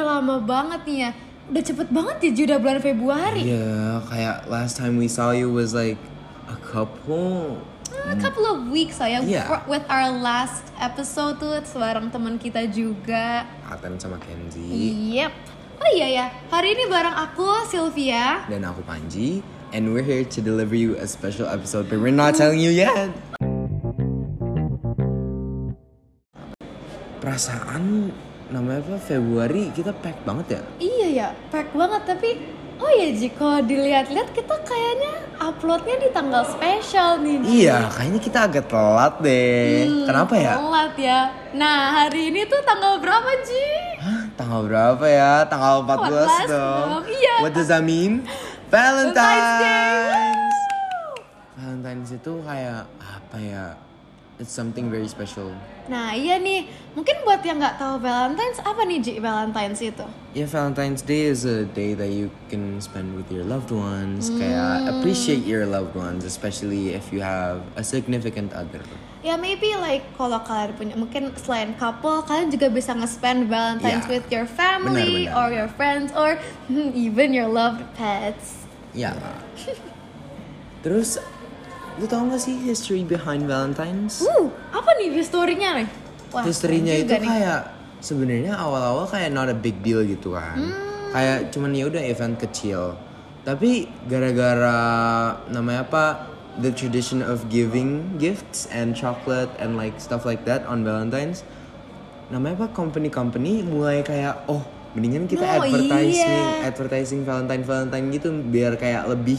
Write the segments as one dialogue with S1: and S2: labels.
S1: lama banget nih ya. Udah cepet banget ya Ju, udah bulan Februari.
S2: Iya. Yeah, kayak last time we saw you was like a couple.
S1: Ah, A couple of weeks lah ya
S2: Iya.
S1: for- with our last episode tuh bareng teman kita juga.
S2: Aten sama Kenzi
S1: Yep. Oh iya ya, hari ini bareng aku Sylvia.
S2: dan aku Panji. And we're here to deliver you a special episode, but we're not telling you yet. Perasaan namanya apa Februari kita pack banget ya.
S1: Iya ya, pack banget tapi oh iya Ji, kalau dilihat-lihat kita kayaknya uploadnya di tanggal spesial nih. Ji.
S2: Iya, kayaknya kita agak telat deh.
S1: Hmm,
S2: Kenapa ya?
S1: Telat ya. Nah, hari ini tuh tanggal berapa, Ji?
S2: Hah, tanggal berapa ya? Tanggal 14,
S1: 14
S2: dong.
S1: dong, iya.
S2: What does that mean?
S1: Valentine's Day,
S2: Valentine's. Valentine's itu kayak apa ya? ah, It's something very special.
S1: Nah, iya nih. Mungkin buat yang nggak tahu Valentine's apa nih, Ji? Valentine's itu.
S2: Ya Valentine's Day is a day that you can spend with your loved ones. Kayak appreciate your loved ones, especially if you have a significant other.
S1: Ya maybe like kalau kalian punya mungkin selain couple kalian juga bisa nge-spend Valentine's
S2: Ya.
S1: with your family
S2: Benar, benar.
S1: or your friends or hmm, even your loved pets.
S2: Ya. Terus, lu tau gak sih history behind Valentine's?
S1: Uh, apa nih historinya nih? Wah,
S2: Historinya
S1: keren
S2: itu
S1: juga nih.
S2: kayak sebenarnya awal-awal kayak not a big deal gitu kan.
S1: Hmm.
S2: Kayak cuman ya udah event kecil. Tapi gara-gara namanya apa the tradition of giving gifts and chocolate and like stuff like that on Valentine's namanya apa company-company mulai kayak oh mendingan kita
S1: No,
S2: advertising
S1: iya.
S2: advertising Valentine Valentine gitu biar kayak lebih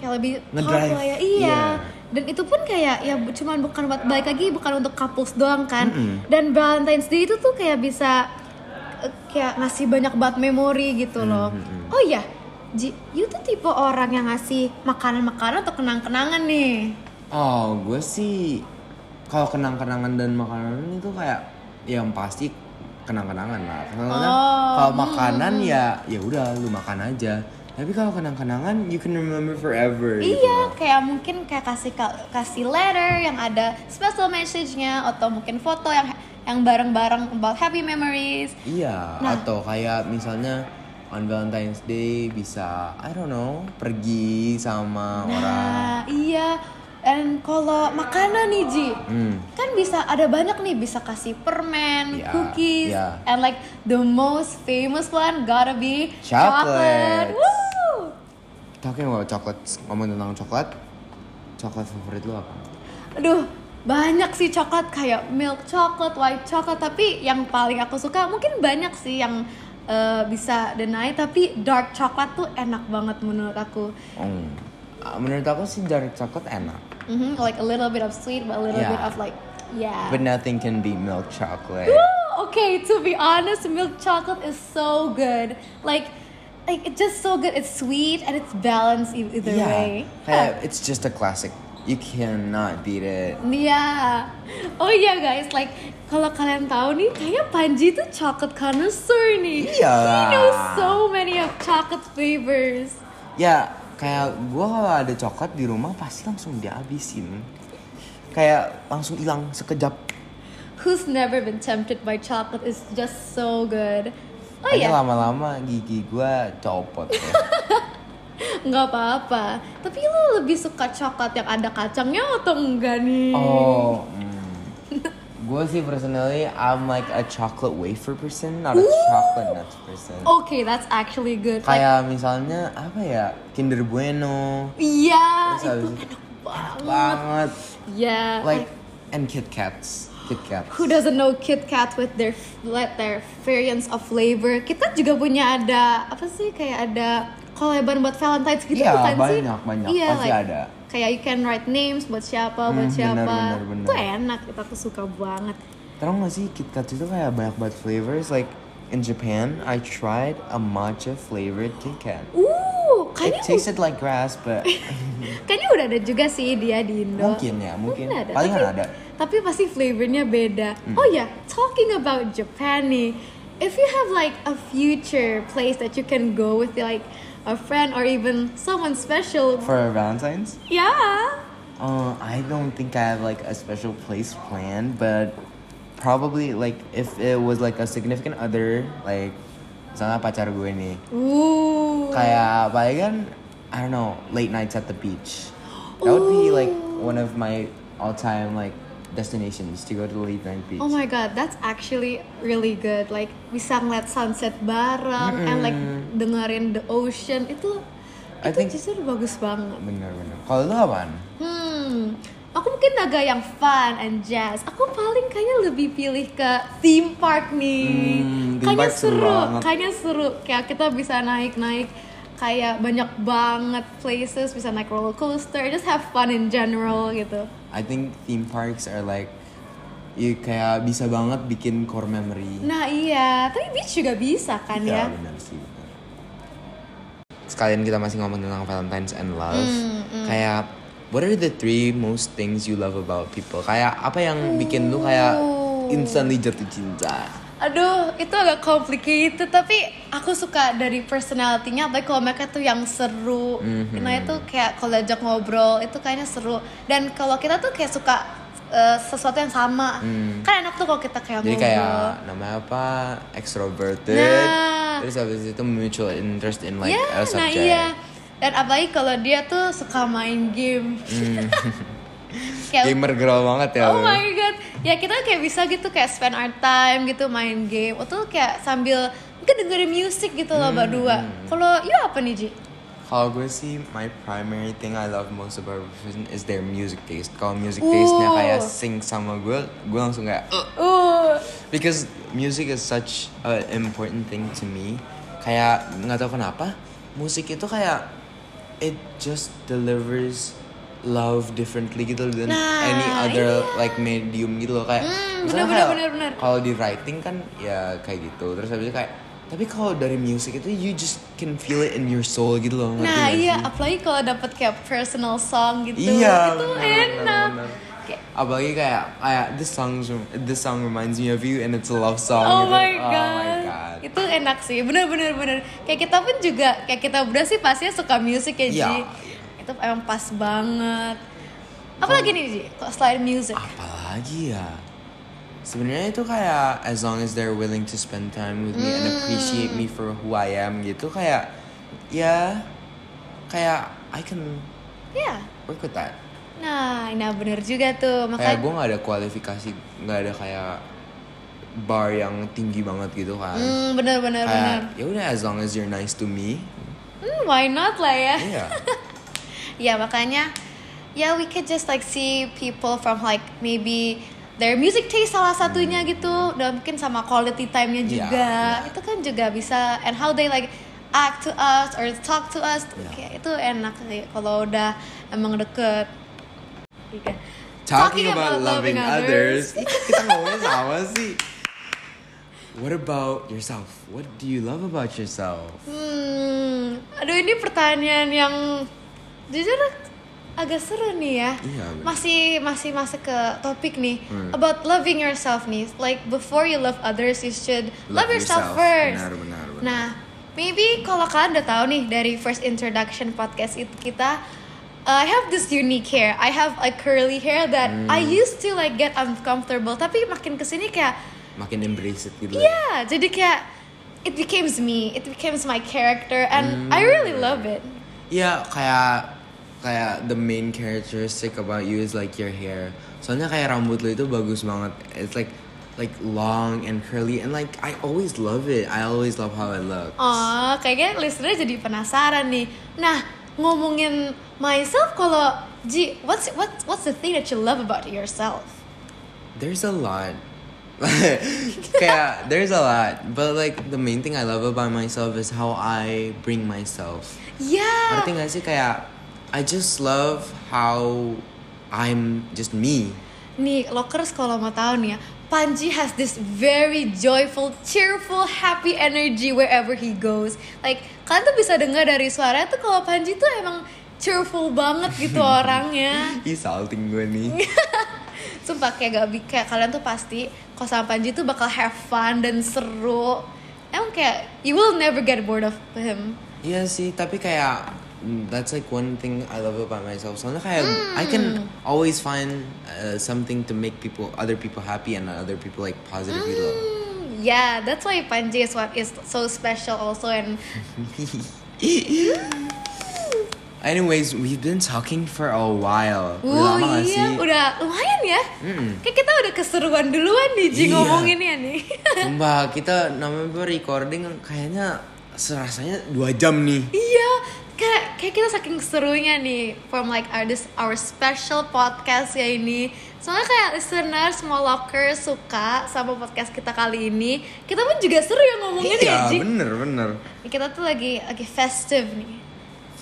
S1: kayak lebih
S2: Ngedrive.
S1: pop lah ya. Iya.
S2: Iya.
S1: Dan itu pun kayak ya bu- cuman bukan buat balik lagi bukan untuk couples doang kan. Dan Valentine's Day itu tuh kayak bisa eh, kayak ngasih banyak banget memori gitu loh. Oh iya, Ji, you tuh tipe orang yang ngasih makanan-makanan atau kenang-kenangan nih.
S2: Oh, gue sih kalau kenang-kenangan dan makanan itu kayak ya yang pasti kenang-kenangan lah. Kenang-kenangan
S1: Oh,
S2: kalau makanan ya ya udah lu makan aja. Tapi kalau kenang-kenangan you can remember forever. gitu
S1: Iya,
S2: loh.
S1: kayak mungkin kayak kasih ka- kasih letter yang ada special message-nya atau mungkin foto yang yang bareng-bareng about happy memories.
S2: Iya,
S1: Nah.
S2: atau kayak misalnya on Valentine's Day bisa I don't know, pergi sama orang.
S1: Nah, iya. Dan kalau makanan nih Ji,
S2: Hmm.
S1: kan bisa ada banyak nih bisa kasih permen,
S2: Ya,
S1: cookies,
S2: ya.
S1: and like the most famous one gotta be
S2: Chocolates.
S1: chocolate. Woo!
S2: Talking about coklat, ngomong tentang coklat. Coklat favorit lu apa?
S1: Aduh, banyak sih coklat kayak milk chocolate, white chocolate, tapi yang paling aku suka mungkin banyak sih yang eh, bisa deny tapi dark chocolate tuh enak banget menurut aku.
S2: Hmm. Menurut aku sih dark coklat enak.
S1: Mhm, like a little bit of sweet but a little
S2: Ya.
S1: bit of like yeah.
S2: But nothing can beat milk chocolate.
S1: okay to be honest milk chocolate is so good like like it's just so good it's sweet and it's balanced e- either way
S2: Kayak, it's just a classic. You cannot beat it.
S1: Iya, oh iya guys, like kalau kalian tahu nih, kayaknya Panji tuh chocolate connoisseur nih.
S2: Iya lah.
S1: He knows so many of chocolate flavors.
S2: Ya, kayak gue kalau ada coklat di rumah pasti langsung dihabisin. Kayak langsung hilang sekejap.
S1: Who's never been tempted by chocolate is just so good. Oh
S2: Kayaknya
S1: iya,
S2: lama-lama gigi gue copot ya.
S1: nggak apa-apa. Tapi lo lebih suka coklat yang ada kacangnya atau enggak nih?
S2: oh, Gue sih personally, I'm like a chocolate wafer person, not a chocolate nuts person.
S1: Okay, that's actually good. Like,
S2: Kayak misalnya, apa ya, Kinder Bueno,
S1: Iya,
S2: Terus
S1: itu
S2: habis itu-
S1: enak banget.
S2: banget.
S1: Iya.
S2: Like, and Kit Kats. Kit Kats.
S1: who doesn't know Kit Kat with their with their variants of flavor? Kita juga punya ada apa sih kayak ada koleban buat Valentine's gitu
S2: Iya,
S1: bukan sih?
S2: banyak, banyak.
S1: Iya,
S2: Pasti
S1: like,
S2: ada.
S1: Kayak you can write names buat siapa,
S2: Hmm,
S1: buat
S2: benar,
S1: siapa.
S2: benar, benar.
S1: Itu enak, kita tuh suka banget.
S2: Tau gak sih Kit Kat itu kayak banyak banget flavors Like in Japan I tried a matcha flavored Kit Kat
S1: Uh,
S2: It
S1: kayaknya
S2: tasted like grass but
S1: kayaknya udah ada juga sih dia di Indo.
S2: Mungkin ya, mungkin.
S1: ada,
S2: Palingan
S1: tapi-
S2: ada. Hmm.
S1: Tapi pasti flavornya beda. Oh ya, talking about Japan nih. If you have like a future place that you can go with like a friend or even someone special, ya.
S2: For Valentine's
S1: yeah.
S2: uh, I don't think I have like a special place planned But probably like if it was like a significant other Like misalnya pacar gue nih
S1: Uh.
S2: kayak paling kan I don't know late nights at the beach that would be like one of my all time like destinations to go to the late night beach
S1: Oh my god, that's actually really good. Like bisa ngeliat sunset bareng and like dengerin the ocean itu
S2: Hmm.
S1: itu
S2: I think-
S1: justru bagus banget.
S2: bener bener kalau lu apaan
S1: Hmm, aku mungkin agak yang fun and jazz. Aku paling kayaknya lebih pilih ke theme park nih.
S2: Hmm, theme
S1: kayaknya
S2: park seru
S1: seru,
S2: banget.
S1: kayaknya seru. Kayak kita bisa naik-naik kayak banyak banget places bisa naik roller coaster, just have fun in general gitu.
S2: I think theme parks are like you kayak bisa banget bikin core memory
S1: Nah iya, tapi beach juga bisa kan ya.
S2: Ya, benar sih. benar. Sekalian kita masih ngomong tentang Valentine's and love.
S1: Hmm,
S2: Kayak what are the three most things you love about people? Kayak apa yang bikin lu kayak instantly jatuh cinta?
S1: Aduh, itu agak complicated tapi aku suka dari personality-nya apalagi kalau mereka tuh yang seru.
S2: Mhm.
S1: Nah, itu kayak kalau diajak ngobrol itu kayaknya seru. Dan kalau kita tuh kayak suka eh, sesuatu yang sama. Kan enak tuh kalau kita kayak
S2: Hmm. Jadi
S1: ngobrol.
S2: kayak namanya apa? Extroverted.
S1: Nah.
S2: Terus habis itu mutual interest in like
S1: Ya,
S2: a
S1: nah
S2: subject.
S1: iya. Dan apalagi kalau dia tuh suka main game.
S2: Hmm.
S1: Kayak
S2: Gamer girl banget ya
S1: Oh
S2: lu.
S1: my god, ya kita kayak bisa gitu kayak spend our time gitu main game, atau kayak sambil mungkin dengerin musik gitu
S2: Hmm.
S1: loh berdua. Kalau you apa nih Ji?
S2: Kalau gue sih, my primary thing I love most about a person is their music taste. Kalau music taste-nya
S1: Ooh.
S2: kayak sing sama gue, gue langsung kayak "Ugh."
S1: Uh,
S2: because music is such an important thing to me. Kayak nggak tahu kenapa, musik itu kayak it just delivers love differently gitu than
S1: Nah,
S2: any other like medium gitu loh kayak
S1: Hmm,
S2: misalnya
S1: bener,
S2: kayak
S1: bener, bener, bener.
S2: kalau di writing kan ya kayak gitu terus habis itu kayak tapi kalau dari music itu you just can feel it in your soul gitu loh ngerti
S1: nah
S2: nggak
S1: iya,
S2: sih?
S1: apalagi kalau dapat kayak personal song gitu,
S2: Iya,
S1: itu
S2: benar, benar,
S1: enak.
S2: benar.
S1: Kayak,
S2: Apalagi kayak, kayak this song this song reminds me of you and it's a love song.
S1: Oh,
S2: gitu.
S1: my god.
S2: Oh my god.
S1: itu enak sih, bener bener bener. Kayak kita pun juga, kayak kita berdua sih pastinya suka musik ya Ji.
S2: Iya.
S1: Itu emang pas banget. Apalagi nih Ji, kok selain music?
S2: Ah. Apalagi ya. Sebenarnya itu kayak as long as they're willing to spend time with me and appreciate
S1: Hmm.
S2: me for who I am gitu kayak ya kayak I can
S1: Ya.
S2: work with that.
S1: Nah, nah bener juga tuh makanya.
S2: Kayak gue nggak ada kualifikasi, nggak ada kayak bar yang tinggi banget gitu kan.
S1: Hmm, bener bener bener.
S2: Kayak ya udah as long as you're nice to me.
S1: Hmm, why not lah ya?
S2: Iya.
S1: ya makanya, ya we could just like see people from like maybe their music taste salah satunya gitu, dan mungkin sama quality time-nya
S2: Iya,
S1: juga.
S2: iya.
S1: Itu kan juga bisa and how they like act to us or talk to us,
S2: Iya.
S1: kayak itu enak sih kalau udah emang deket. Iya.
S2: Talking about loving others, Ih, kita ngomongnya sama sih. What about yourself? What do you love about yourself?
S1: Hmm, aduh ini pertanyaan yang jujur agak seru nih ya.
S2: Iya, bener. Hmm.
S1: Masih masih masuk ke topik nih about loving yourself nih. Like before you love others, you should love, yourself, first.
S2: Benar, benar, benar.
S1: Nah, maybe kalau kalian udah tahu nih dari first introduction podcast itu kita uh, I have this unique hair. I have a curly hair that I
S2: Hmm.
S1: used to like get uncomfortable, tapi makin kesini kayak
S2: Makin embrace it gitu. ya.
S1: Yeah, jadi kayak it becomes me, it becomes my character, and I really love it.
S2: Iya, kayak kayak the main characteristic about you is like your hair. Soalnya kayak rambut lu itu bagus banget. It's like like long and curly and like I always love it. I always love how it looks.
S1: Oh, kayaknya listener jadi penasaran nih. Nah, ngomongin myself kalau Ji, what's what what's the thing that you love about yourself?
S2: There's a lot. yeah, there's a lot. But like the main thing I love about myself is how I bring myself.
S1: Yeah.
S2: Ngerti gak sih kayak I just love how I'm just me.
S1: Nih, Lokers kalau mau tahu nih ya, Panji has this very joyful, cheerful, happy energy wherever he goes. Like, kalian tuh bisa dengar dari suaranya tuh kalau Panji tuh emang cheerful banget gitu orangnya.
S2: Ih salting gue nih.
S1: Sumpah kayak gak bi- kayak kalian tuh pasti kalau sama Panji tuh bakal have fun dan seru. Emang kayak you will never get bored of him.
S2: Iya sih, tapi kayak mm, that's like one thing I love about myself. Soalnya kayak I can always find uh, something to make people other people happy and other people like positive gitu. loh.
S1: Hmm, yeah, that's why Panji is what is so special also and
S2: Anyways, we've been talking for a while. Udah
S1: Wuh,
S2: lama
S1: iya,
S2: gak sih? Hmm.
S1: udah lumayan ya. Kayak kita udah keseruan duluan nih Ji
S2: Iya.
S1: ngomonginnya nih.
S2: Sumpah, kita namanya recording kayaknya serasanya dua jam nih.
S1: iya, kayak kayak kita saking serunya nih from like our this our special podcast ya ini. Soalnya kayak listeners, small locker suka sama podcast kita kali ini. Kita pun juga seru ya ngomonginnya
S2: iya,
S1: ya, Ji.
S2: bener bener.
S1: Kita tuh lagi lagi festive nih.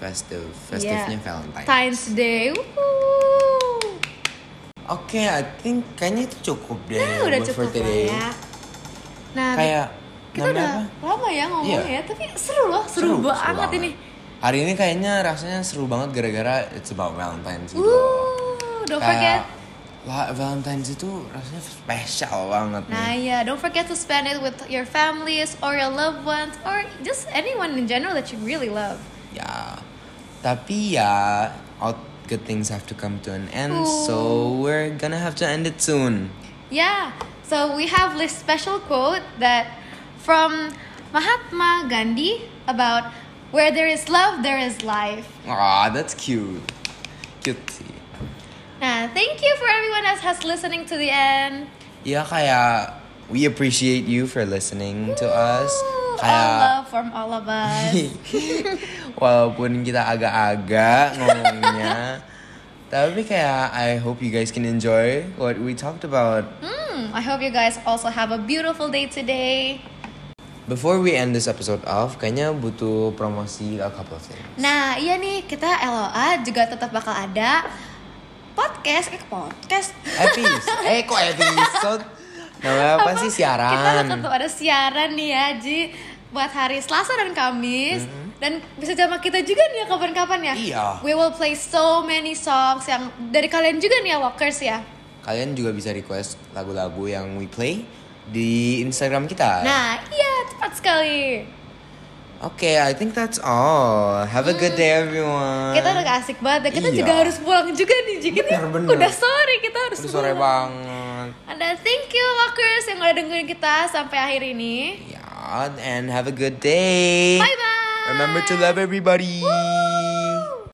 S2: Festive, festifnya
S1: Iya.
S2: Valentine.
S1: Valentine's Day. Wuhuu.
S2: Oke, I think kayaknya itu cukup deh
S1: Nah, udah
S2: buat
S1: cukup
S2: for
S1: lah
S2: today.
S1: ya. Nah,
S2: Kayak
S1: kita
S2: namanya
S1: udah
S2: apa?
S1: lama ya ngomongnya
S2: Iya.
S1: ya, tapi seru loh, seru, banget ini.
S2: Hari ini kayaknya rasanya seru banget gara-gara it's about Valentine's gitu.
S1: Uh, don't forget.
S2: Kayak, lah, Valentine's itu rasanya spesial banget nih.
S1: Nah ya, don't forget to spend it with your families or your loved ones or just anyone in general that you really love.
S2: Ya, tapi ya, all good things have to come to an end, so we're gonna have to end it soon.
S1: Yeah. So we have this special quote that from Mahatma Gandhi about where there is love, there is life.
S2: Ah, that's cute. Cute sih.
S1: Nah, thank you for everyone that has listening to the end.
S2: Ya kayak, we appreciate you for listening to us.
S1: Ooh, all
S2: Kayak,
S1: love from all of us.
S2: walaupun kita agak-agak ngomongnya, tapi kayak I hope you guys can enjoy what we talked about.
S1: Hmm, I hope you guys also have a beautiful day today.
S2: Before we end this episode off, kayaknya butuh promosi a couple of things.
S1: Nah, iya nih kita LOA juga tetap bakal ada podcast, eh podcast.
S2: Epis. eh kok episode? Namanya apa, sih
S1: Kita
S2: siaran?
S1: tetap ada siaran nih ya, Ji. Buat hari Selasa dan Kamis. Dan bisa sama kita juga nih ya kapan-kapan ya.
S2: Mm-hmm. Iya.
S1: We will play so many songs yang dari kalian juga nih ya, Walkers ya.
S2: Kalian juga bisa request lagu-lagu yang we play di Instagram kita.
S1: Nah, iya tepat sekali.
S2: Oke, I think that's all. Have a good day everyone.
S1: Kita udah asik banget. dan Kita
S2: Eh, Iya.
S1: juga harus pulang juga nih, Ji. Kita
S2: Bener, bener.
S1: udah sore, kita harus
S2: Udah sore
S1: pulang.
S2: banget.
S1: And then thank you Walkers yang udah dengerin kita sampai akhir ini.
S2: Ya, and have a good day.
S1: Bye bye.
S2: Remember to love everybody.